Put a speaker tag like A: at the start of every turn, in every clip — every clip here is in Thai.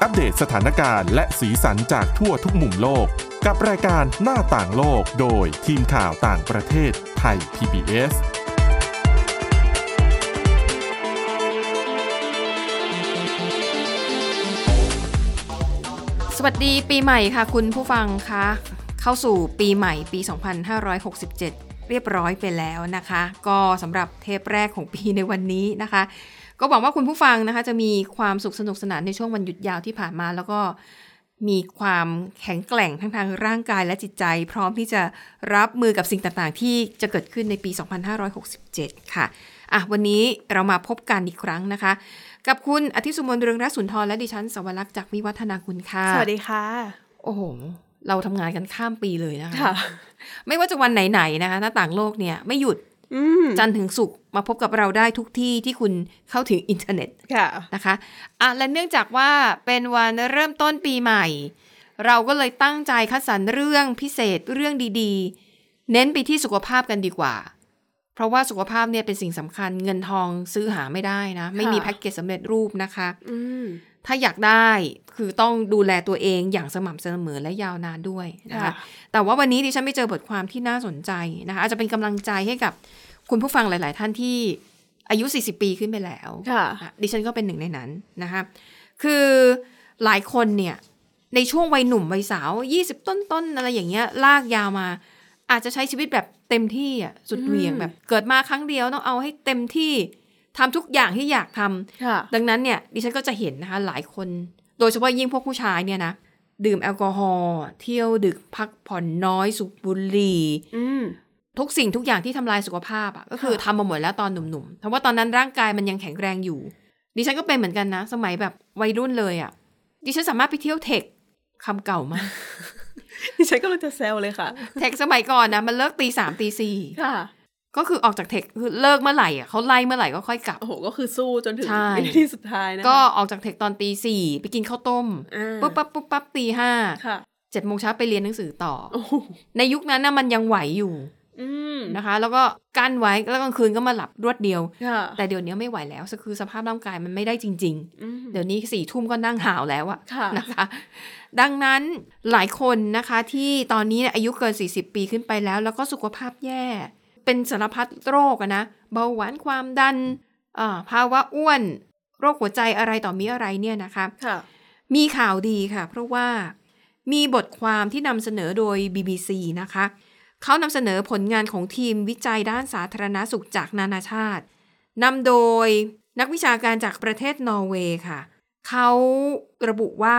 A: ปเดตสถานการณ์และสีสันจากทั่วทุกมุมโลก กับรายการหน้าต่างโลกโดยทีมข่าวต่างประเทศไทย PBS
B: สวัสดีปีใหม่ค่ะ คุณผู้ฟังคะเข้าสู่ปีใหม่ปี 2567 เรียบร้อยไปแล้วนะคะ ก็สำหรับเทปแรกของปีในวันนี้นะคะ ก็หวังว่าคุณผู้ฟังนะคะ จะมีความสุขสนุกสนานในช่วงวันหยุดยาวที่ผ่านมา แล้วก็มีความแข็งแกร่งทั้งทางร่างกายและจิตใจ พร้อมที่จะรับมือกับสิ่งต่างๆ ที่จะเกิดขึ้นในปี 2567 ค่ะอ่ะวันนี้เรามาพบกันอีกครั้งนะคะ กับคุณอาทิตย์สุมนต์เรืองรัศนทรและดิฉันสวรักษ์จากวิวัฒนาคุณค่ะ
C: สวัสดีค่ะ
B: โอ้โห เราทำงานกันข้ามปีเลยนะคะ
C: ค่ะ
B: ไม่ว่าจะวันไหนๆนะคะ หน้าต่างโลกเนี่ยไม่หยุด
C: อืม
B: จันทร์ถึงศุกร์มาพบกับเราได้ทุกที่ที่คุณเข้าถึงอินเทอร์เน็ต
C: ค่ะ
B: นะคะอ่ะและเนื่องจากว่าเป็นวันเริ่มต้นปีใหม่ เราก็เลยตั้งใจคัดสรรเรื่องพิเศษเรื่องดีๆ เน้นไปที่สุขภาพกันดีกว่า เพราะว่าสุขภาพเนี่ยเป็นสิ่งสำคัญเงินทองซื้อหาไม่ได้นะ ไม่มี
C: ค่ะ
B: แพ็กเกจสำเร็จรูปนะคะ
C: อืม
B: ถ้าอยากได้คือต้องดูแลตัวเองอย่างสม่ำเสมอและยาวนานด้วยนะคะ
C: ค่ะ
B: แต่ว่าวันนี้ดิฉันไม่เจอบทความที่น่าสนใจนะคะอาจจะเป็นกำลังใจให้กับคุณผู้ฟังหลาย ๆ ท่านที่อายุ 40 ปีขึ้นไปแล้ว
C: ค่ะ
B: อ่ะดิฉันก็เป็นหนึ่งในนั้นนะคะคือหลายคนเนี่ยในช่วงวัยหนุ่มวัยสาว 20 ต้น ๆ อะไรอย่างเงี้ยลากยาวมา อาจจะใช้ชีวิตแบบเต็มที่อ่ะสุดเหวียง
C: อืม
B: แบบเกิดมาครั้งเดียวต้องเอาให้เต็มที่ทำทุกอย่างที่อยากทำ
C: ค่ะ
B: ดังนั้นเนี่ยดิฉันก็จะเห็นนะคะหลายคน โดยเฉพาะยิ่งพวกผู้ชายเนี่ยนะดื่มแอลกอฮอล์เที่ยวดึกพักผ่อนน้อยสูบบุหรี่
C: อืม
B: ทุกสิ่งทุกอย่างที่ทำลายสุขภาพอะก็คือ
C: ค่ะ
B: ทำมาหมดแล้วตอนหนุ่มๆเพราะว่าตอนนั้นร่างกายมันยังแข็งแรงอยู่ ดิฉันก็เป็นเหมือนกันนะ สมัยแบบวัยรุ่นเลยอะดิฉันสามารถไปเที่ยวเทคคำเก่ามาก
C: ดิฉันก็เลยจะแซวเลยค่ะ
B: เทคสมัยก่อนนะมันเลิกตีสามตีสี่
C: ค่ะ
B: ก็คือออกจากเทคคือเลิกเมื่อไหร่อะเขาไล่เมื่อไหร่ก็ค่อยกลับ
C: โอ้โห ก็คือสู้จนถึง
B: ใช่
C: วินาทีสุดท้ายนะคะ
B: ก็ออกจากเทคตอนตีสี่ไปกินข้าวต้ม
C: อ่า
B: ปุ๊บปั๊บปุ๊บปั๊บตีห้า
C: ค่ะ
B: เจ็ดโมงเช้าไปเรียนหนังสือต่อ
C: โอ้โห
B: ในยุคนั้นนะมันยังไหวอยู่
C: อืม
B: นะคะ แล้วก็กั้นไว้แล้วกลางคืนก็มาหลับรวดเดียว
C: ค่ะ
B: แต่เดี๋ยวนี้ไม่ไหวแล้วคือสภาพร่างกายมันไม่ได้จริง
C: อืม
B: ๆ เดี๋ยวนี้สี่ทุ่มก็นั่งหาวแล้วอะ
C: ค่ะ
B: นะคะ ดังนั้นหลายคนนะคะที่ตอนนี้เนี่ยอายุเกิน 40 ปีขึ้นไปแล้ว แล้วก็สุขภาพแย่ เป็นสารพัดโรคอะนะเบาหวานความดันอ่าภาวะอ้วน โรคหัวใจอะไรต่อมีอะไรเนี่ยนะคะ
C: ค่ะ
B: มีข่าวดีค่ะ เพราะว่ามีบทความที่นำเสนอโดย BBC นะคะ เขานำเสนอผลงานของทีมวิจัยด้านสาธารณสุขจากนานาชาตินำโดยนักวิชาการจากประเทศนอร์เวย์ค่ะ เขาระบุว่า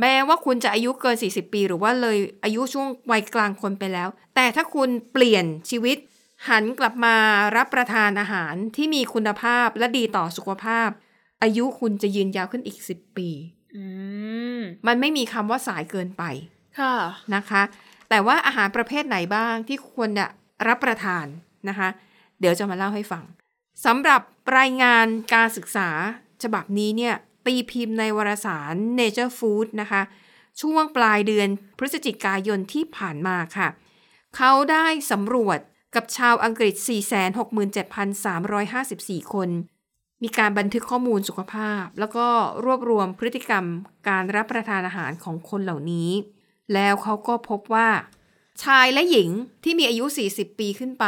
B: แม้ว่าคุณจะอายุเกิน 40 ปี หรือว่าเลยอายุช่วงวัยกลางคนไปแล้ว แต่ถ้าคุณเปลี่ยนชีวิต หันกลับมารับประทานอาหารที่มีคุณภาพและดีต่อสุขภาพ อายุคุณจะยืนยาวขึ้นอีก 10 ปี
C: อืม
B: มันไม่มีคำว่าสายเกินไป
C: ค่ะ
B: นะคะ แต่ว่าอาหารประเภทไหนบ้างที่ควรจะรับประทานนะคะ เดี๋ยวจะมาเล่าให้ฟังสำหรับรายงานการศึกษาฉบับนี้เนี่ยตีพิมพ์ในวารสาร Nature Food นะคะ ช่วงปลายเดือนพฤศจิกายนที่ผ่านมาค่ะ เขาได้สำรวจกับชาวอังกฤษ 467,354 คน มีการบันทึกข้อมูลสุขภาพ แล้วก็รวบรวมพฤติกรรมการรับประทานอาหารของคนเหล่านี้ แล้วเขาก็พบว่า ชายและหญิงที่มีอายุ 40 ปีขึ้นไป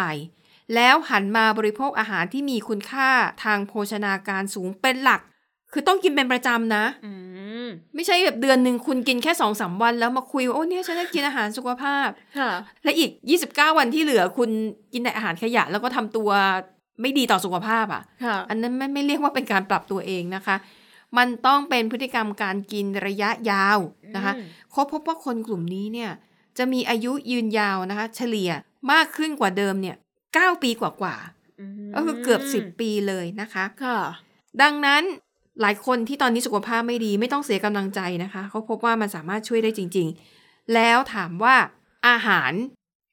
B: แล้วหันมาบริโภคอาหารที่มีคุณค่าทางโภชนาการสูงเป็นหลัก คือต้องกินเป็นประจำนะ
C: อืม
B: ไม่ใช่แบบเดือนหนึ่งคุณกินแค่สองสามวัน แล้วมาคุยว่าโอ้เนี่ยฉันจะกินอาหารสุขภาพ
C: ค่ะ
B: และอีก 29 วันที่เหลือคุณกินแต่อาหารขยะ แล้วก็ทำตัวไม่ดีต่อสุขภาพอ่ะ
C: ค่ะ
B: อันนั้นไม่ไม่เรียกว่าเป็นการปรับตัวเองนะคะ มันต้องเป็นพฤติกรรมการกินระยะยาวนะคะ
C: อืม
B: เขาพบว่าคนกลุ่มนี้เนี่ยจะมีอายุยืนยาวนะคะ เฉลี่ยมากขึ้นกว่าเดิมเนี่ย9ปีกว่าๆก็คือเกือบ 10 ปีเลยนะคะ
C: ค่ะ
B: ดังนั้นหลายคนที่ตอนนี้สุขภาพไม่ดีไม่ต้องเสียกำลังใจนะคะเขาพบว่ามันสามารถช่วยได้จริง ๆ แล้วถามว่าอาหาร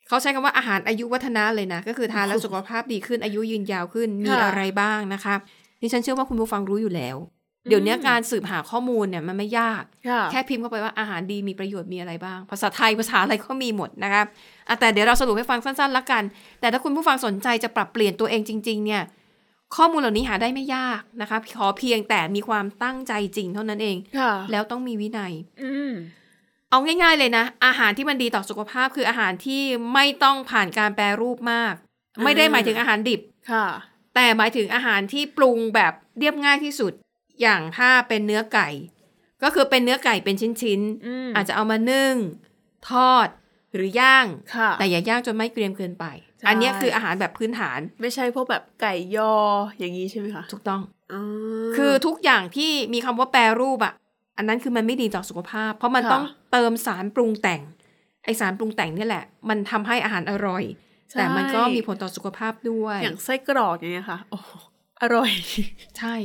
B: เขาใช้คำว่าอาหารอายุวัฒนะเลยนะ ก็คือทานแล้วสุขภาพดีขึ้นอายุยืนยาวขึ้นมี
C: ค่ะ
B: อะไรบ้างนะคะดิฉันเชื่อว่าคุณผู้ฟังรู้อยู่แล้ว เดี๋ยวนี้
C: อืม
B: การสืบหาข้อมูลเนี่ยมันไม่ยาก
C: ค่ะ
B: แค่พิมพ์เข้าไปว่าอาหารดีมีประโยชน์มีอะไรบ้าง ภาษาไทยภาษาอะไรก็มีหมดนะคะอ่ะแต่เดี๋ยวเราสรุปให้ฟังสั้นๆละกัน แต่ถ้าคุณผู้ฟังสนใจจะปรับเปลี่ยนตัวเองจริง ๆ เนี่ย ข้อมูลเหล่านี้หาได้ไม่ยากนะคะขอเพียงแต่มีความตั้งใจจริงเท่านั้นเอง
C: ค่ะ
B: แล้วต้องมีวินัย
C: อืม
B: เอาง่ายๆเลยนะ อาหารที่มันดีต่อสุขภาพคืออาหารที่ไม่ต้องผ่านการแปรรูปมาก
C: อ่า
B: ไม่ได้หมายถึงอาหารดิบ
C: ค่ะ
B: แต่หมายถึงอาหารที่ปรุงแบบเรียบง่ายที่สุดอย่างถ้าเป็นเนื้อไก่ ก็คือเป็นเนื้อไก่เป็นชิ้น
C: อืม
B: ๆ อาจจะเอามานึ่ง ทอดหรือย่าง
C: ค่ะ
B: แต่อย่าย่างจนไม่เกรียมเกินไป
C: ใช่
B: อันเนี้ยคืออาหารแบบพื้นฐาน
C: ไม่ใช่พวกแบบไก่ยออย่างนี้ใช่ไหมคะ
B: ถูกต้อง
C: อืม
B: คือทุกอย่างที่มีคำว่าแปรรูปอะอันนั้นคือมันไม่ดีต่อสุขภาพ เพราะมัน
C: ค่ะ
B: ต้องเติมสารปรุงแต่ง ไอสารปรุงแต่งเนี่ยแหละ มันทำให้อาหารอร่อย
C: ใช่
B: แต่มันก็มีผลต่อสุขภาพด้วย
C: อย่างไส้กรอกอย่างเงี้ยค่ะ โอ้โหอร่อย
B: ใช่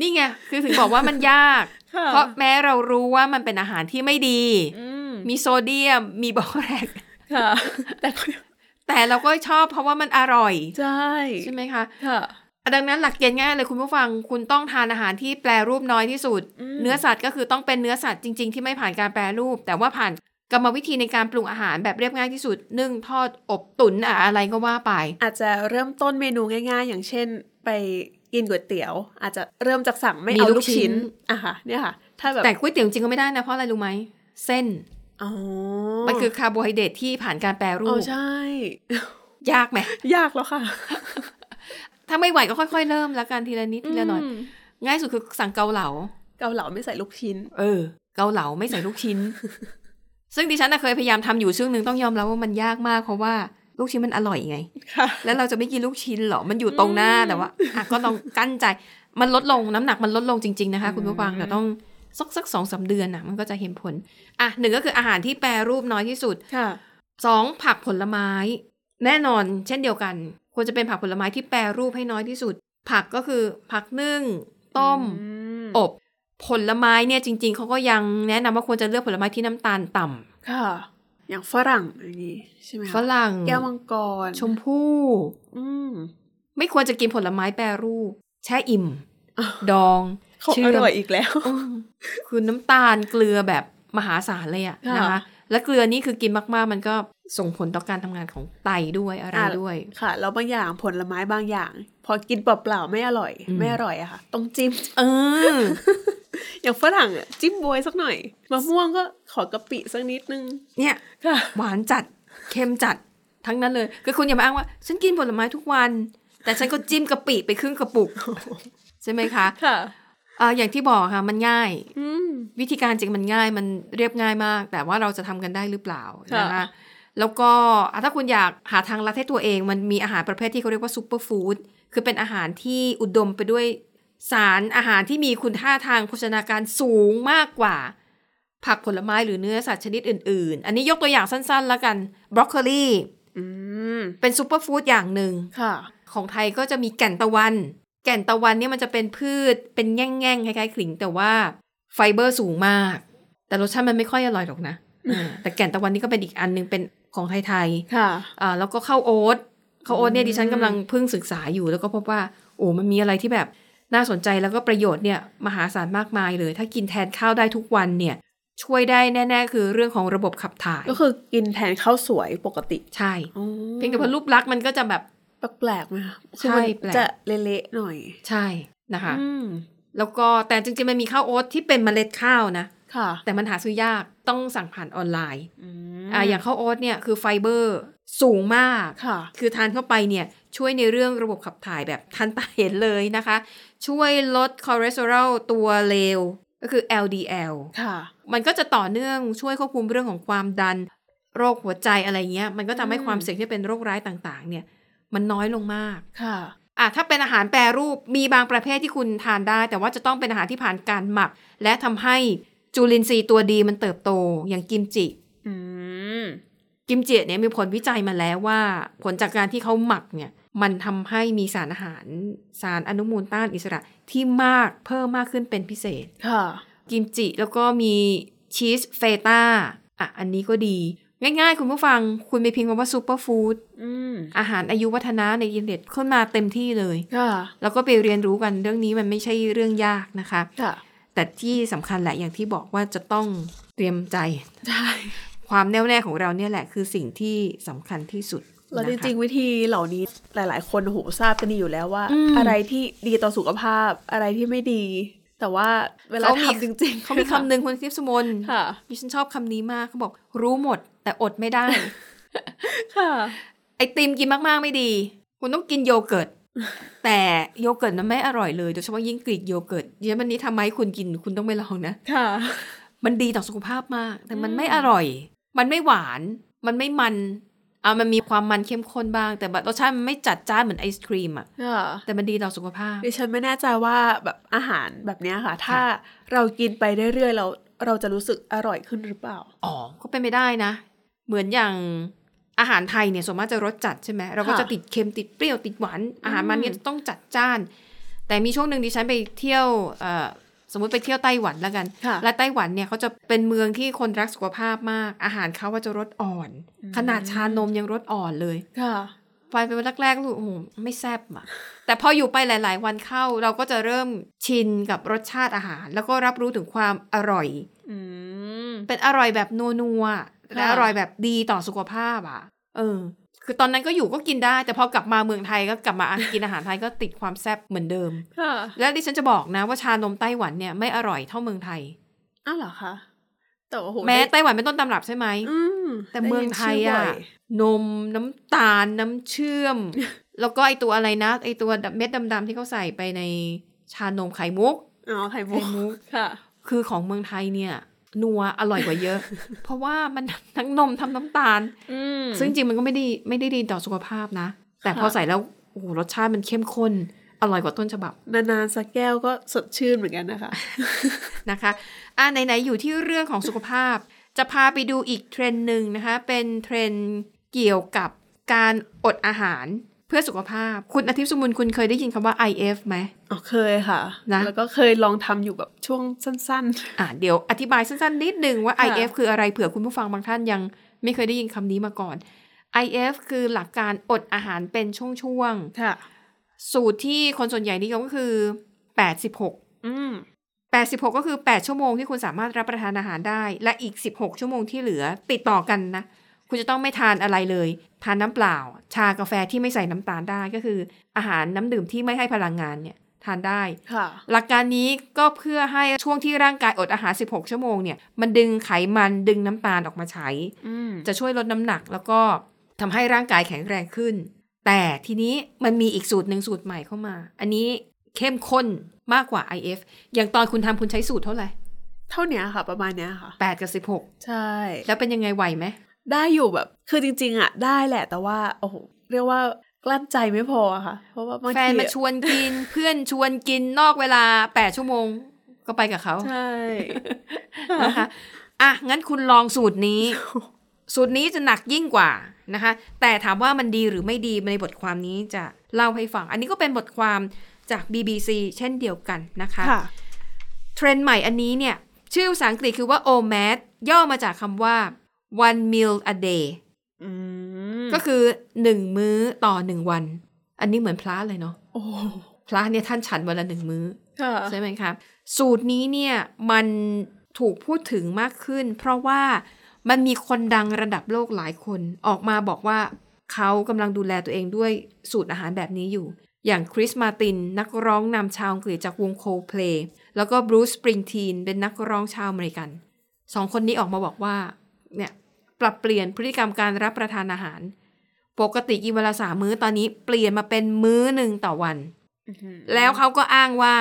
B: นี่ไง คือถึงบอกว่ามัน ยาก
C: ค่ะ
B: เพราะแม้เรารู้ว่ามันเป็นอาหารที่ไม่ดี
C: อืม
B: มีโซเดียม มีบอแรก
C: ค่ะ แต่ก็
B: แต่เราก็ชอบเพราะว่ามันอร่อย
C: ใช่
B: ใช่ไหมคะ
C: ค่ะ
B: ดังนั้นหลักเกณฑ์ง่ายเลยคุณผู้ฟังคุณต้องทานอาหารที่แปรรูปน้อยที่สุด
C: อืม
B: เนื้อสัตว์ก็คือต้องเป็นเนื้อสัตว์จริง ๆ ที่ไม่ผ่านการแปรรูป แต่ว่าผ่านกรรมวิธีในการปรุงอาหารแบบเรียบง่ายที่สุดนึ่งทอดอบตุ๋นอะอะไรก็ว่าไป
C: อาจจะเริ่มต้นเมนูง่าย ๆ อย่างเช่น ไปกินก๋วยเตี๋ยว อาจจะเริ่มจากสั่งไม่
B: มี
C: เอา
B: ลู
C: ลู
B: ก
C: กชิ้น
B: ชิ้น
C: อ่ะค่ะเนี่ยค่ะ ถ้าแบบ
B: แต่ก๋วยเตี๋ยวจริงก็ไม่ได้นะเพราะอะไรรู้ไหมเส้น
C: อ๋อ
B: มันคือคาร์โบไฮเดรตที่ผ่านการแปรรู
C: อ๋อ
B: ป
C: ใช่
B: ยากไหม
C: ยากแล้วค่ะ
B: ถ้าไม่ไหวก็ค่อยๆเริ่มแล้วกันทีละนิดทีละหน่อย
C: ม
B: ง่ายสุดคือสั่งเกาเหลา
C: เกาเหลาไม่ใส่ลูกชิ้น
B: เออ เกาเหลาไม่ใส่ลูกชิ้น ซึ่งดิฉันน่ะเคยพยายามทำอยู่ช่วงหนึ่งต้องยอมรับว่ามันยากมากเพราะว่าลูกชิ้นมันอร่อยไง
C: ค่ะ
B: แล้วเราจะไม่กินลูกชิ้นเหรอ มันอยู่ตรงหน้า
C: อืม
B: แต่ว่าอ่ะก็ต้องกั้นใจ มันลดลงน้ำหนักมันลดลงจริง ๆนะคะ คุณผู้ฟัง
C: อืม
B: แต่ต้องสักสักสองสามเดือนน่ะ มันก็จะเห็นผล อ่ะหนึ่งก็คืออาหารที่แปรรูปน้อยที่สุด
C: ค่ะ
B: สองผักผลไม้ แน่นอน เช่นเดียวกัน ควรจะเป็นผักผลไม้ที่แปรรูปให้น้อยที่สุด ผักก็คือผักนึ่ง ต้ม อบ ผลไม้เนี่ยจริง ๆเขาก็ยังแนะนำว่าควรจะเลือกผลไม้ที่น้ำตาลต่ำ
C: ค่ะ อย่างฝรั่งอย่างนี้ใช่ไหมคะ
B: ฝรั่ง
C: แก้วมังกร
B: ชมพู่
C: อืม
B: ไม่ควรจะกินผลไม้แปรรูป แช่อิ่ม
C: อ้าว
B: ดอง
C: เขาอ
B: เชื่ม
C: ร่อยอีกแล้ว
B: อืมคือน้ำตาลเกลือแบบมหาศาลเลยอะ
C: ค่ะ
B: นะคะ และเกลือนี่คือกินมากๆ มันก็ส่งผลต่อการทำงานของไตด้วยอะไร
C: อ่ะ
B: ด้วย
C: ค่ะ แล้วบางอย่างผลไม้บางอย่าง พอกินเปล่าๆไม่อร่อย
B: อืม
C: ไม่อร่อยอะค่ะ ต้องจิ้ม
B: เออ
C: อย่างฝรั่งอะจิ้มบวยสักหน่อยมะม่วงก็ขอกะปิสักนิดนึง
B: เนี่ย
C: ค่ะ
B: หวานจัด เค็มจัด ทั้งนั้นเลย คือคุณอย่ามาอ้างว่า ฉันกินผลไม้ทุกวัน แต่ฉันก็จิ้มกะปิไปครึ่งกระปุก ใช่ไหมคะ
C: ค่ะ
B: เอ่ออย่างที่บอกค่ะ มันง่าย
C: อืม
B: วิธีการจริงมันง่าย มันเรียบง่ายมาก แต่ว่าเราจะทำกันได้หรือเปล่านะคะ
C: ค่ะ
B: แล้วก็อ่ะถ้าคุณอยากหาทางลัดให้ตัวเอง มันมีอาหารประเภทที่เขาเรียกว่าซูเปอร์ฟู้ด คือเป็นอาหารที่อุดมไปด้วยสารอาหารที่มีคุณค่าทางโภชนาการสูงมากกว่า ผักผลไม้หรือเนื้อสัตว์ชนิดอื่น ๆ อันนี้ยกตัวอย่างสั้นๆ แล้วกัน บรอกโคลี
C: อืม
B: เป็นซูเปอร์ฟู้ดอย่างหนึ่ง
C: ค่ะ
B: ของไทยก็จะมีแก่นตะวัน แก่นตะวันเนี่ยมันจะเป็นพืชเป็นแง่งๆคล้ายๆขลิงแต่ว่าไฟเบอร์สูงมาก แต่รสชาติมันไม่ค่อยอร่อยหรอกนะอ่าแต่แก่นตะวันนี่ก็เป็นอีกอันหนึงเป็นของไทยๆ
C: ค่ะ
B: อ่าแล้วก็ข้าวโอ๊ตข้าวโอ๊ตเนี่ย
C: อืม
B: ดิฉันกำลังเพิ่งศึกษาอยู่ แล้วก็พบว่าโอ้มันมีอะไรที่แบบน่าสนใจแล้วก็ประโยชน์เนี่ยมหาศาลมากมายเลย ถ้ากินแทนข้าวได้ทุกวันเนี่ย ช่วยได้แน่ๆ คือเรื่องของระบบขับถ่าย
C: ก็คือกินแทนข้าวสวยปกติ
B: ใช่
C: อ๋อ
B: เพียงแต่พอรูปลักษณ์มันก็จะแบบ
C: แปลกๆไหมคะ
B: ใช่
C: คือมัน
B: แปลก
C: จะเละๆหน่อย
B: ใช่นะคะ
C: อืม
B: แล้วก็แต่จริงๆ มันมีข้าวโอ๊ตที่เป็นเมล็ดข้าวนะ
C: ค่ะ
B: แต่มันหาซื้อยากต้องสั่งผ่านออนไลน์
C: อืม
B: อ่าอย่างข้าวโอ๊ตเนี่ยคือไฟเบอร์สูงมาก
C: ค่ะ
B: คือทานเข้าไปเนี่ยช่วยในเรื่องระบบขับถ่ายแบบทันตาเห็นเลยนะคะ ช่วยลดคอเลสเตอรอลตัวเลว ก็คือ LDL
C: ค่ะ
B: มันก็จะต่อเนื่องช่วยควบคุมเรื่องของความดัน โรคหัวใจอะไรเงี้ย มันก็ทำให้
C: อืม
B: ความเสี่ยงที่เป็นโรคร้ายต่างๆ เนี่ย มันน้อยลงมาก
C: ค่ะ
B: อ่ะถ้าเป็นอาหารแปรรูปมีบางประเภทที่คุณทานได้ แต่ว่าจะต้องเป็นอาหารที่ผ่านการหมัก และทำให้จุลินทรีย์ตัวดีมันเติบโตอย่างกิมจิ
C: อืม
B: กิมจิเนี่ยมีผลวิจัยมาแล้วว่า ผลจากการที่เขาหมักเนี่ยมันทำให้มีสารอาหารสารอนุมูลต้านอิสระที่มากเพิ่มมากขึ้นเป็นพิเศษ
C: ค่ะ
B: กิมจิแล้วก็มีชีสเฟต้าอ่ะอันนี้ก็ดี ง่ายๆ คุณผู้ฟังคุณไปพิมพ์คำว่าซูเปอร์ฟู้ด
C: อืม
B: อาหารอายุวัฒนะในอินเทอร์เน็ตขึ้นมาเต็มที่เลย
C: ค่ะ
B: แล้วก็ไปเรียนรู้กันเรื่องนี้มันไม่ใช่เรื่องยากนะคะ
C: ค่ะ
B: แต่ที่สำคัญแหละอย่างที่บอกว่าจะต้องเตรียมใจ
C: ใช่
B: ความแน่วแน่ของเราเนี่ยแหละคือสิ่งที่สำคัญที่สุด
C: แล้ว
B: นะ
C: จ
B: คะ
C: ริงๆ วิธีเหล่านี้หลาย ๆ คนโหทราบกันดีอยู่แล้วว่า
B: อืม
C: อะไรที่ดีต่อสุขภาพ อะไรที่ไม่ดี แต่ว่าเวลาทำจริงๆ
B: เขามีคำหนึ่งคุณทิพย์สมน
C: ค่ะ
B: ดิฉันชอบคำนี้มากเขาบอกรู้หมด แต่อดไม่ได้
C: ค่ะ
B: ไอติมกินมาก ๆ ไม่ดี คุณต้องกินโยเกิร์ต แต่โยเกิร์ตมันไม่อร่อยเลยโดยเฉพาะยิ่งกรีกโยเกิร์ตเยอรมันนี้ทำไมคุณกินคุณต้องไปลองนะ
C: ค่ะ
B: มันดีต่อสุขภาพมาก แต่มัน
C: อืม
B: ไม่อร่อย มันไม่หวาน มันไม่มันเอามันมีความมันเข้มข้นบ้าง แต่แบบรสชาติมันไม่จัดจ้านเหมือนไอศครีมอะ
C: ค่ะ
B: แต่มันดีต่อสุขภาพ
C: ดิฉันไม่แน่ใจว่าแบบอาหารแบบเนี้ยค่ะ ถ้าเรากินไปเรื่อยๆเราเราจะรู้สึกอร่อยขึ้นหรือเปล่า
B: อ๋อ ก็เป็นไม่ได้นะ เหมือนอย่างอาหารไทยเนี่ยส่วนมากจะรสจัดใช่ไหมเราก็
C: ค่ะ
B: จะติดเค็มติดเปรี้ยวติดหวาน อาหารมันเนี่ยจะต้องจัดจ้าน แต่มีช่วงหนึ่งดิฉันไปเที่ยวเอ่อสมมติไปเที่ยวไต้หวันแล้วกัน
C: ค่ะ
B: และไต้หวันเนี่ยเขาจะเป็นเมืองที่คนรักสุขภาพมาก อาหารเขาว่าจะรสอ่อน ขนาดชานมยังรสอ่อนเลย
C: ค่ะ
B: ไปเป็นวันแรกๆรู้สึกโอ้โหไม่แซ่บอะแต่พออยู่ไปหลาย ๆ วันเข้าเราก็จะเริ่มชินกับรสชาติอาหาร แล้วก็รับรู้ถึงความอร่อย
C: อืม
B: เป็นอร่อยแบบนัวนัวๆและ
C: ค่ะ
B: อร่อยแบบดีต่อสุขภาพอ่ะ เออ คือตอนนั้นก็อยู่ก็กินได้ แต่พอกลับมาเมืองไทยก็กลับมา กินอาหารไทยก็ติดความแซ่บเหมือนเดิม
C: ค่ะ
B: แล้วดิฉันจะบอกนะว่าชานมไต้หวันเนี่ยไม่อร่อยเท่าเมืองไทย
C: อ้าวเหรอคะแต่ว่าโห
B: แม้
C: ได้
B: ไต้หวันเป็นต้นตำรับใช่ไหม
C: อืม
B: แต่เมืองไทย
C: ด้
B: อ่ะ
C: นชื่บ่
B: นมน้ำตาลน้ำเชื่อม แล้วก็ไอตัวอะไรนะ ไอตัวเม็ดดำๆที่เขาใส่ไปในชานมไข่มุก
C: อ๋อไข่มุก
B: ไข่มุก
C: ค่ะ
B: คือของเมืองไทยเนี่ย นัวอร่อยกว่าเยอะ เพราะว่ามัน ทั้งนมทั้งน้ำตาล
C: อืม
B: ซึ่งจริงมันก็ไม่ได้ไม่ได้ดีต่อสุขภาพนะ แต่พอ
C: ค่ะ
B: ใส่แล้วโอ้โหรสชาติมันเข้มข้น อร่อยกว่าต้นฉบับ
C: นานๆสักแก้วก็สดชื่นเหมือนกันนะคะ
B: นะคะอ่ะไหนๆอยู่ที่เรื่องของสุขภาพ จะพาไปดูอีกเทรนด์หนึ่งนะคะ เป็นเทรนด์เกี่ยวกับการอดอาหารเพื่อสุขภาพ คุณอาทิตย์สมุนคุณเคยได้ยินคำว่า IF ไหม
C: อ๋อเคยค่ะ
B: นะ
C: แล้วก็เคยลองทำอยู่แบบช่วงสั้น
B: อ่ะเดี๋ยวอธิบายสั้นๆนิดนึงว่า
C: ค่ะ
B: IF คืออะไรเผื่อคุณผู้ฟังบางท่านยังไม่เคยได้ยินคำนี้มาก่อน IF คือหลักการอดอาหารเป็นช่วงๆ
C: ๆ ค่ะ
B: สูตรที่คนส่วนใหญ่นิยมก็คือ 86
C: อืม
B: 86 ก็คือ 8 ชั่วโมงที่คุณสามารถรับประทานอาหารได้ และอีก 16 ชั่วโมงที่เหลือติดต่อกันนะ คุณจะต้องไม่ทานอะไรเลย ทานน้ำเปล่า ชากาแฟที่ไม่ใส่น้ำตาลได้ก็คือ อาหารน้ำดื่มที่ไม่ให้พลังงานเนี่ยทานได้
C: ค่ะ
B: หลักการนี้ก็เพื่อให้ช่วงที่ร่างกายอดอาหาร 16 ชั่วโมงเนี่ยมันดึงไขมันดึงน้ำตาลออกมาใช้
C: อืม
B: จะช่วยลดน้ำหนักแล้วก็ทำให้ร่างกายแข็งแรงขึ้น แต่ทีนี้มันมีอีกสูตรหนึ่งสูตรใหม่เข้ามา อันนี้เข้มข้นมากกว่า IF อย่างตอนคุณทำคุณใช้สูตรเท่าไหร่
C: เท่าเนี้ยค่ะ ประมาณเนี้ยค่ะ
B: 8 กับ 16
C: ใช่
B: แล้วเป็นยังไงไหวไหม
C: ได้อยู่แบบ คือจริง ๆ อ่ะ ได้แหละ แต่ว่า โอ้โห เรียกว่ากลั้นใจไม่พออะค่ะ เพราะว่าบางที
B: แฟนมาชวนกิน เพื่อนชวนกินนอกเวลา 8 ชั่วโมงก็ไปกับเขา
C: ใช่
B: นะคะ อ่ะ งั้นคุณลองสูตร นี้ สูตรนี้จะหนักยิ่งกว่านะคะ แต่ถามว่ามันดีหรือไม่ดีในบทความนี้จะเล่าให้ฟัง อันนี้ก็เป็นบทความจาก BBC เช่นเดียวกันนะคะ
C: ค่ะ
B: เทรนด์ใหม่อันนี้เนี่ย ชื่อภาษาอังกฤษคือว่า OMAD ย่อมาจากคำว่า one meal a day
C: อืม
B: ก็คือ 1 มื้อต่อ 1 วัน อันนี้เหมือนพระเลยเนาะ
C: โอ้โห
B: พระเนี่ยท่านฉันวันละหนึ่งมื้อ
C: ค่ะ
B: ใช่ไหมคะสูตรนี้เนี่ยมันถูกพูดถึงมากขึ้น เพราะว่ามันมีคนดังระดับโลกหลายคนออกมาบอกว่าเขากำลังดูแลตัวเองด้วยสูตรอาหารแบบนี้อยู่ อย่างคริสมาติน นักร้องนำชาวอังกฤษจากวงโคเพลย์แล้วก็บรูซสปริงทีนเป็นนักร้องชาวอเมริกันสองคนนี้ออกมาบอกว่าเนี่ยปรับเปลี่ยนพฤติกรรมการรับประทานอาหาร ปกติกินเวนลาสามมื้อตอนนี้เปลี่ยนมาเป็นมื้อหนึ่งต่อวัน แล้วเขาก็อ้างว่า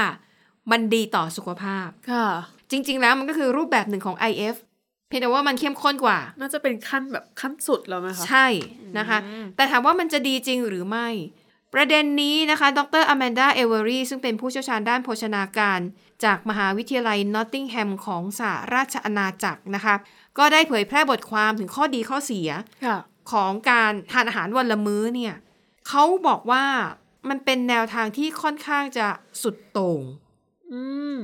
B: มันดีต่อสุขภาพ
C: ค่ะ
B: จริง ๆ แล้วมันก็คือรูปแบบหนึ่งของ IF เพียงแต่ว่ามันเข้มข้นกว่า
C: น่าจะเป็นขั้นแบบขั้นสุดแล้วไหมคะ
B: ใช่นะคะ แต่ถามว่ามันจะดีจริงหรือไม่ ประเด็นนี้นะคะ ดรอแมนดาเอเวอรีซึ่งเป็นผู้เชี่ยวชาญด้านโภชนาการ จากมหาวิทยาลัยนอตติงแฮมของสหราชอาณาจักรนะคะ ก็ได้เผยแพร่บทความถึงข้อดีข้อเสีย
C: ค่ะ
B: ของการทานอาหารวันละมื้อเนี่ยเขาบอกว่ามันเป็นแนวทางที่ค่อนข้างจะสุดโต่ง
C: อืม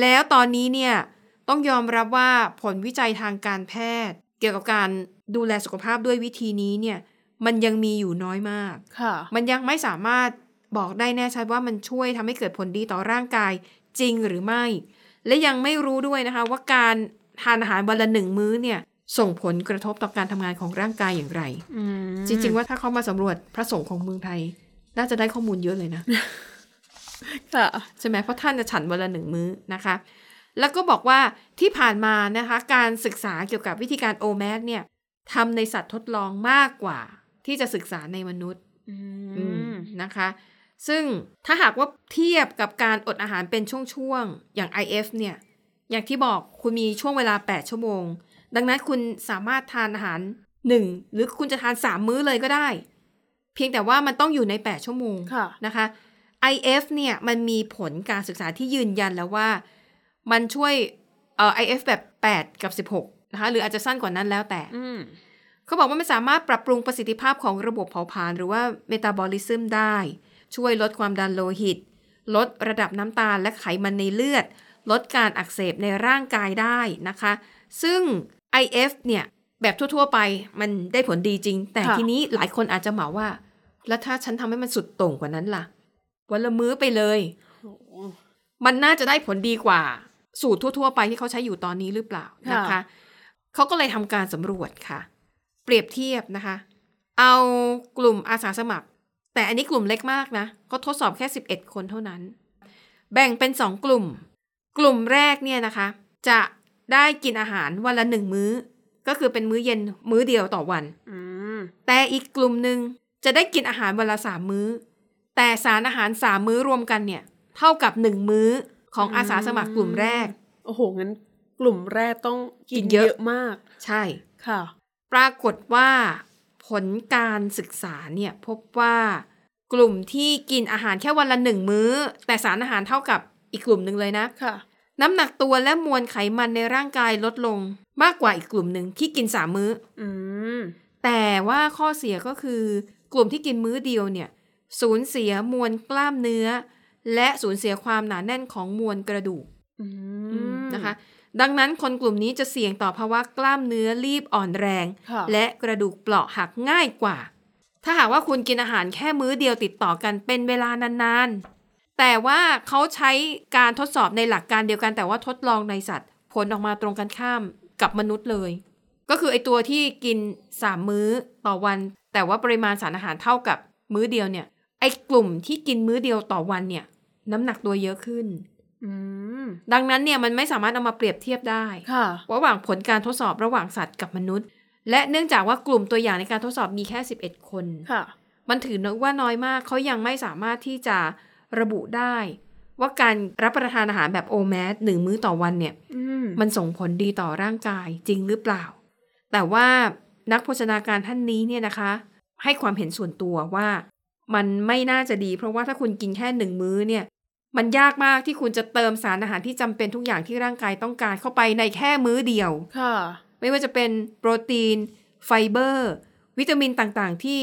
B: แล้วตอนนี้เนี่ยต้องยอมรับว่าผลวิจัยทางการแพทย์ เกี่ยวกับการดูแลสุขภาพด้วยวิธีนี้เนี่ยมันยังมีอยู่น้อยมาก
C: ค่ะ
B: มันยังไม่สามารถบอกได้แน่ชัดว่ามันช่วยทำให้เกิดผลดีต่อร่างกายจริงหรือไม่ และยังไม่รู้ด้วยนะคะว่าการทานอาหารวันละหนึ่งมื้อเนี่ย ส่งผลกระทบต่อการทำงานของร่างกายอย่างไร
C: อืม
B: จริง ๆ ว่าถ้าเขามาสำรวจพระสงฆ์ของเมืองไทย น่าจะได้ข้อมูลเยอะเลยนะ
C: ค่ะ
B: ใช่ไหมเพราะท่านจะฉันวันละหนึ่งมื้อนะคะ แล้วก็บอกว่าที่ผ่านมานะคะการศึกษาเกี่ยวกับวิธีการโอแมสเนี่ยทำในสัตว์ทดลองมากกว่า ที่จะศึกษาในมนุษย์
C: อื
B: อืม
C: ม
B: นะคะ ซึ่งถ้าหากว่าเทียบกับการอดอาหารเป็นช่วงๆ อย่าง IF เนี่ย อย่างที่บอกคุณมีช่วงเวลา 8 ชั่วโมง ดังนั้นคุณสามารถทานอาหาร 1 หรือคุณจะทาน 3 มื้อเลยก็ได้ เพียงแต่ว่ามันต้องอยู่ใน 8 ชั่วโมง
C: ค่ะ
B: นะคะ IF เนี่ยมันมีผลการศึกษาที่ยืนยันแล้วว่ามันช่วยเอ่อ IF แบบ 8 กับ 16 นะคะหรืออาจจะสั้นกว่านั้นแล้วแต่
C: อืม
B: เขาบอกว่ามันสามารถปรับปรุงประสิทธิภาพของระบบเผาผลาญหรือว่าเมตาบอลิซึมได้ ช่วยลดความดันโลหิต ลดระดับน้ำตาลและไขมันในเลือด ลดการอักเสบในร่างกายได้นะคะ ซึ่ง IF เนี่ยแบบทั่วๆไปมันได้ผลดีจริง แต่ทีนี้หลายคนอาจจะเหมาว่า แล้วถ้าฉันทำให้มันสุดโต่งกว่านั้นล่ะ วันละมื้อไปเลย
C: โอ้
B: มันน่าจะได้ผลดีกว่า สูตรทั่ว ๆ ไปที่เขาใช้อยู่ตอนนี้หรือเปล่านะคะ
C: ค่ะ
B: เขาก็เลยทำการสำรวจค่ะ เปรียบเทียบนะคะ เอากลุ่มอาสาสมัคร แต่อันนี้กลุ่มเล็กมากนะเขาทดสอบแค่ 11 คนเท่านั้น แบ่งเป็น 2 กลุ่ม กลุ่มแรกเนี่ยนะคะ จะได้กินอาหารวันละหนึ่งมื้อ ก็คือเป็นมื้อเย็นมื้อเดียวต่อวัน
C: อืม
B: แต่อีกกลุ่มหนึ่งจะได้กินอาหารวันละสามมื้อ แต่สารอาหารสามมื้อรวมกันเนี่ย เท่ากับหนึ่งมื้อของอาสาสมัครกลุ่มแรก
C: โอ้โหงั้นกลุ่มแรกต้องกิน
B: กินเย
C: เย
B: อะ
C: อะมาก
B: ใช่
C: ค่ะ
B: ปรากฏว่าผลการศึกษาเนี่ยพบว่ากลุ่มที่กินอาหารแค่วันละหนึ่งมื้อ แต่สารอาหารเท่ากับอีกกลุ่มหนึ่งเลยนะ
C: ค่ะ
B: น้ำหนักตัวและมวลไขมันในร่างกายลดลงมากกว่าอีกกลุ่มหนึ่งที่กินสามมื้อ
C: อืม
B: แต่ว่าข้อเสียก็คือกลุ่มที่กินมื้อเดียวเนี่ยสูญเสียมวลกล้ามเนื้อ และสูญเสียความหนาแน่นของมวลกระดูก
C: อืม
B: นะคะ ดังนั้นคนกลุ่มนี้จะเสี่ยงต่อภาวะกล้ามเนื้อรีบอ่อนแรง
C: ค่ะ
B: และกระดูกเปราะหักง่ายกว่า ถ้าหากว่าคุณกินอาหารแค่มื้อเดียวติดต่อกันเป็นเวลานานๆ แต่ว่าเขาใช้การทดสอบในหลักการเดียวกัน แต่ว่าทดลองในสัตว์ ผลออกมาตรงกันข้ามกับมนุษย์เลย ก็คือไอตัวที่กิน 3 มื้อต่อวัน แต่ว่าปริมาณสารอาหารเท่ากับมื้อเดียวเนี่ย ไอกลุ่มที่กินมื้อเดียวต่อวันเนี่ย น้ำหนักตัวเยอะขึ้น
C: อืม
B: ดังนั้นเนี่ยมันไม่สามารถเอามาเปรียบเทียบได้
C: ค่ะ
B: ระหว่างผลการทดสอบระหว่างสัตว์กับมนุษย์ และเนื่องจากว่ากลุ่มตัวอย่างในการทดสอบมีแค่ 11 คน
C: ค่ะ
B: มันถือว่าน้อยมากเขายังไม่สามารถที่จะระบุได้ ว่าการรับประทานอาหารแบบโอแมสหนึ่งมื้อต่อวันเนี่ย
C: อืม
B: มันส่งผลดีต่อร่างกายจริงหรือเปล่า แต่ว่านักโภชนาการท่านนี้เนี่ยนะคะ ให้ความเห็นส่วนตัวว่ามันไม่น่าจะดี เพราะว่าถ้าคุณกินแค่หนึ่งมื้อเนี่ย มันยากมากที่คุณจะเติมสารอาหารที่จำเป็นทุกอย่างที่ร่างกายต้องการเข้าไปในแค่มื้อเดียว
C: ค่ะ
B: ไม่ว่าจะเป็นโปรตีน ไฟเบอร์ วิตามินต่างๆ ที่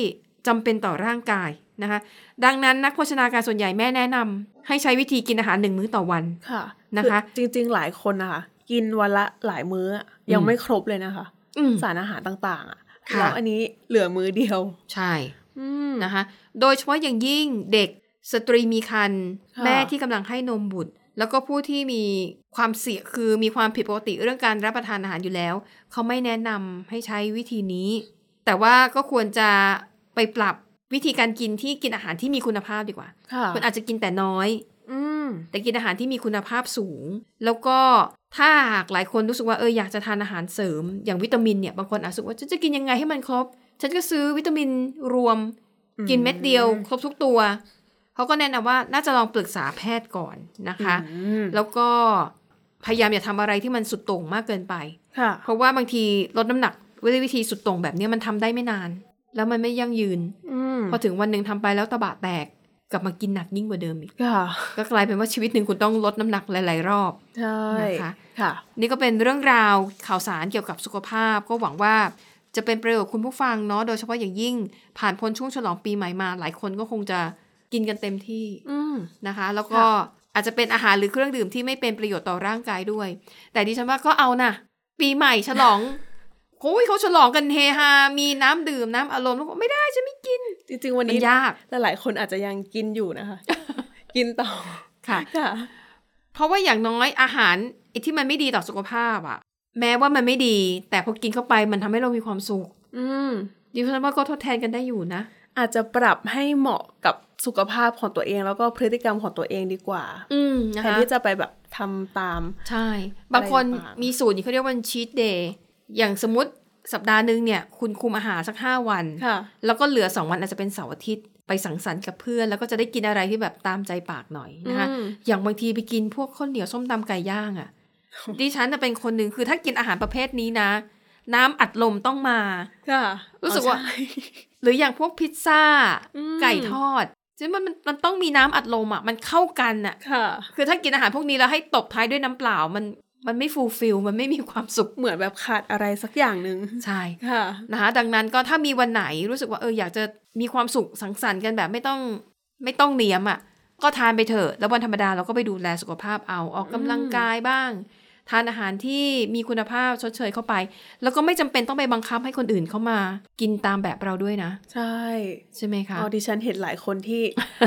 B: จำเป็นต่อร่างกายนะคะ ดังนั้นนักโภชนาการส่วนใหญ่แม่แนะนำให้ใช้วิธีกินอาหารหนึ่งมื้อต่อวัน
C: ค่ะ
B: นะคะ
C: อจริง ๆ หลายคนนะคะกินวันละหลายมื้ออะยัง
B: อืม
C: ไม่ครบเลยนะคะ
B: อืม
C: สารอาหารต่างๆอะ
B: ค่ะ
C: แล้วอันนี้เหลือมื้อเดียว
B: ใช่
C: อืม
B: นะคะโดยเฉพาะอย่างยิ่งเด็กสตรีมีครรภ์
C: ค่ะ
B: แม่ที่กำลังให้นมบุตร แล้วก็ผู้ที่มีความเสี่ยงคือมีความผิดปกติเรื่องการรับประทานอาหารอยู่แล้ว เขาไม่แนะนำให้ใช้วิธีนี้ แต่ว่าก็ควรจะไปปรับวิธีการกินที่กินอาหารที่มีคุณภาพดีกว่า
C: ค่ะ
B: คุณอาจจะกินแต่น้อย
C: อืม
B: แต่กินอาหารที่มีคุณภาพสูง แล้วก็ถ้าหากหลายคนรู้สึกว่าเอออยากจะทานอาหารเสริม อย่างวิตามินเนี่ยบางคนอาจจะรู้สึกว่าฉันจะกินยังไงให้มันครบ ฉันก็ซื้อวิตามินรวม
C: อืม
B: กินเม็ดเดียวครบทุกตัว เขาก็แนะนำว่าน่าจะลองปรึกษาแพทย์ก่อนนะคะ
C: อืม
B: แล้วก็พยายามอย่าทำอะไรที่มันสุดโต่งมากเกินไป
C: ค่ะ
B: เพราะว่าบางทีลดน้ำหนักด้วยวิธีสุดโต่งแบบเนี้ยมันทำได้ไม่นาน แล้วมันไม่ยั่งยืน
C: อืม
B: พอถึงวันหนึ่งทำไปแล้วตะบะแตก กลับมากินหนักยิ่งกว่าเดิมอีก
C: ค่ะ
B: ก็กลายเป็นว่าชีวิตหนึ่งคุณต้องลดน้ำหนักหลาย ๆ รอบ
C: ใช่
B: นะคะ
C: ค่ะ
B: นี่ก็เป็นเรื่องราวข่าวสารเกี่ยวกับสุขภาพ ก็หวังว่าจะเป็นประโยชน์คุณผู้ฟังเนาะโดยเฉพาะอย่างยิ่งผ่านพ้นช่วงฉลองปีใหม่มา หลายคนก็คงจะกินกันเต็มที่
C: อืม
B: นะคะ แล้วก็อาจจะเป็นอาหารหรือเครื่องดื่มที่ไม่เป็นประโยชน์ต่อร่างกายด้วย แต่ดิฉันว่าก็เอานะปีใหม่ฉลองโอ้ยเขาฉลองกันเฮฮา มีน้ำดื่มน้ำอารมณ์แล้วก็ไม่ได้ฉันไม่กิน
C: จริง ๆ วัน
B: มัน
C: นี้
B: ยาก
C: แต่หลายคนอาจจะยังกินอยู่นะคะ กินต่อ
B: ค่ะ
C: ค่ะ
B: เพราะว่าอย่างน้อยอาหารไอ้ที่มันไม่ดีต่อสุขภาพอะ แม้ว่ามันไม่ดี แต่พอกินเข้าไปมันทำให้เรามีความสุข
C: อืม
B: ดิฉันว่าก็ทดแทนกันได้อยู่นะ
C: อาจจะปรับให้เหมาะกับสุขภาพของตัวเองแล้วก็พฤติกรรมของตัวเองดีกว่า
B: อืมนะ
C: แทน
B: คะ
C: ที่จะไปแบบทำตาม
B: ใช่ บางคน
C: อะไรต่างๆ
B: มีสูตรที่เขาเรียกว่าชีตเดย์อย่างสมมติสัปดาห์หนึ่งเนี่ย คุณคุมอาหารสักห้าวัน
C: ค่ะ
B: แล้วก็เหลือ 2 วันอาจจะเป็นเสาร์อาทิตย์ไปสังสรรค์กับเพื่อน แล้วก็จะได้กินอะไรที่แบบตามใจปากหน่อยนะคะ
C: อืม
B: อย่างบางทีไปกินพวกข้าวเหนียวส้มตำไก่ย่าง อะ่ะ ดิฉันน่ะเป็นคนหนึ่งคือถ้ากินอาหารประเภทนี้นะ น้ำอัดลมต้องมา
C: ค่ะ
B: รู้สึกว่า
C: เอใช่
B: หรืออย่างพวกพิซซ่า
C: อืม
B: ไก่ทอดซึ่งมันมันมันต้องมีน้ำอัดลมอะ่ะมันเข้ากันอ่ะ
C: ค่ะ
B: คือถ้ากินอาหารพวกนี้แล้วให้ตบท้ายด้วยน้ำเปล่ามันมันไม่ฟูลฟิลมันไม่มีความสุข
C: เหมือนแบบขาดอะไรสักอย่างหนึ่ง
B: ใช่
C: ค่ะ
B: นะคะดังนั้นก็ถ้ามีวันไหนรู้สึกว่าเอออยากจะมีความสุขสังสรรค์กันแบบไม่ต้องไม่ต้องเนียมอะ่ะก็ทานไปเถอะแล้ววันธรรมดาเราก็ไปดูแลสุขภาพเอาออกกำลังกายบ้าง ทานอาหารที่มีคุณภาพชดเชยเข้าไป แล้วก็ไม่จำเป็นต้องไปบังคับให้คนอื่นเข้ามา กินตามแบบเราด้วยนะ
C: ใช่
B: ใช่ไหมคะ
C: เอาดิฉันเห็นหลายคนที่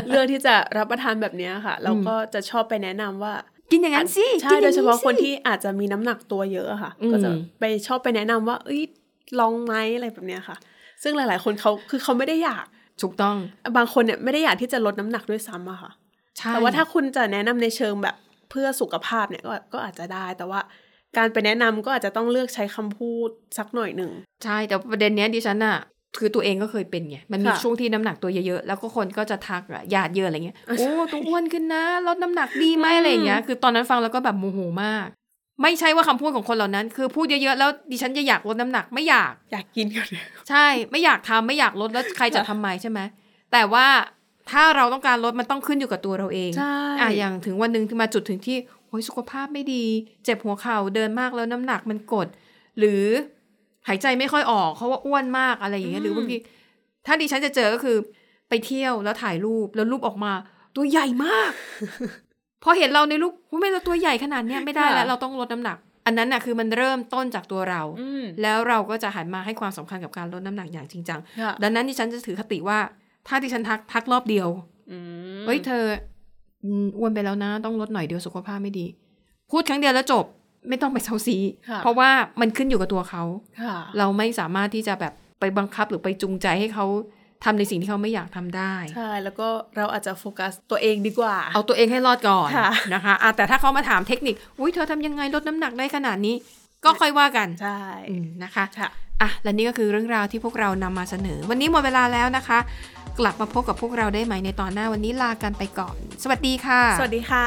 C: เลือกที่จะรับประทานแบบเนี้ยค่ะแล้วก็จะชอบไปแนะนำว่า
B: กินอย่างนั้นสิ
C: ใช่
B: กินอ
C: โด
B: ง
C: ยเฉพาะ
B: สิ
C: คนที่อาจจะมีน้ำหนักตัวเยอะอะค่ะ
B: อืม
C: ก็จะไปชอบไปแนะนำว่าเอ้ยลองไหมอะไรแบบเนี้ยค่ะ ซึ่งหลาย ๆ คนเขาคือเขาไม่ได้อยาก
B: ถูกต้อง
C: บางคนเนี่ยไม่ได้อยากที่จะลดน้ำหนักด้วยซ้ำอะค่ะ
B: ใช่
C: แต่ว่าถ้าคุณจะแนะนำในเชิงแบบเพื่อสุขภาพเนี่ยก็ก็อาจจะได้ แต่ว่าการไปแนะนำก็อาจจะต้องเลือกใช้คำพูดสักหน่อยหนึ่ง
B: ใช่ แต่ประเด็นเนี้ยดิฉันอะคือตัวเองก็เคยเป็นไงมันมี
C: ค่ะ
B: ช่วงที่น้ำหนักตัวเยอะๆแล้วก็คนก็จะทักอะญาติเยอะอะไรเงี้ย
C: อ่ะใช่
B: โอ้ตัวอ้วนขึ้นนะลดน้ำหนักดีไหมอะไรอย่างเงี้ยคือตอนนั้นฟังแล้วก็แบบโมโหมาก ไม่ใช่ว่าคำพูดของคนเหล่านั้น คือพูดเยอะๆแล้วดิฉันจะอยากลดน้ำหนักไม่อยาก
C: อยากกิน กันเดียว
B: ใช่ไม่อยากทำไม่อยากลดแล้วใครจะ
C: ค่ะ
B: ทำไมใช่ไหมแต่ว่าถ้าเราต้องการลดมันต้องขึ้นอยู่กับตัวเราเอง
C: ใช่
B: อ่ะอย่างถึงวันหนึ่งที่มาจุดถึงที่โอ้ยสุขภาพไม่ดี เจ็บหัวเข่าเดินมากแล้วน้ำหนักมันกด หรือหายใจไม่ค่อยออกเขาว่าอ้วนมากอะไรอย่างเงี้ยหรือบางทีถ้าดิฉันจะเจอก็คือไปเที่ยวแล้วถ่ายรูปแล้วรูปออกมา ตัวใหญ่มาก พอเห็นเราในรูปโอ้ยไม่เราตัวใหญ่ขนาดเนี้ยไม่ได้แล้วเราต้องลดน้ำหนัก อันนั้นน่ะคือมันเริ่มต้นจากตัวเรา
C: อืม
B: แล้วเราก็จะหันมาให้ความสำคัญกับการลดน้ำหนักอย่างจริงจัง
C: ค่ะ
B: ดังนั้นดิฉันจะถือคติว่า ถ้าดิฉันทักทักรอบเดียว
C: อืม
B: เฮ้ยเธออืมอ้วนไปแล้วนะ ต้องลดหน่อยเดียวสุขภาพไม่ดี พูดครั้งเดียวแล้วจบ ไม่ต้องไปเซาซี
C: ค่ะ
B: เพราะว่ามันขึ้นอยู่กับตัวเขา
C: ค่ะ
B: เราไม่สามารถที่จะแบบไปบังคับหรือไปจูงใจให้เขาทำในสิ่งที่เขาไม่อยากทำได้
C: ใช่แล้วก็เราอาจจะโฟกัสตัวเองดีกว่า
B: เอาตัวเองให้รอดก่อน
C: ค่ะ
B: นะคะอ่ะแต่ถ้าเขามาถามเทคนิค อุ้ยเธอทำยังไงลดน้ำหนักได้ขนาดนี้ ก็ค่อยว่ากัน
C: ใช่
B: อืมนะคะ
C: ค่ะ
B: อ่ะ และนี่ก็คือเรื่องราวที่พวกเรานำมาเสนอ วันนี้หมดเวลาแล้วนะคะ กลับมาพบกับพวกเราได้ใหม่ในตอนหน้าวันนี้ลากันไปก่อน สวัสดีค่ะ
C: สวัสดีค่ะ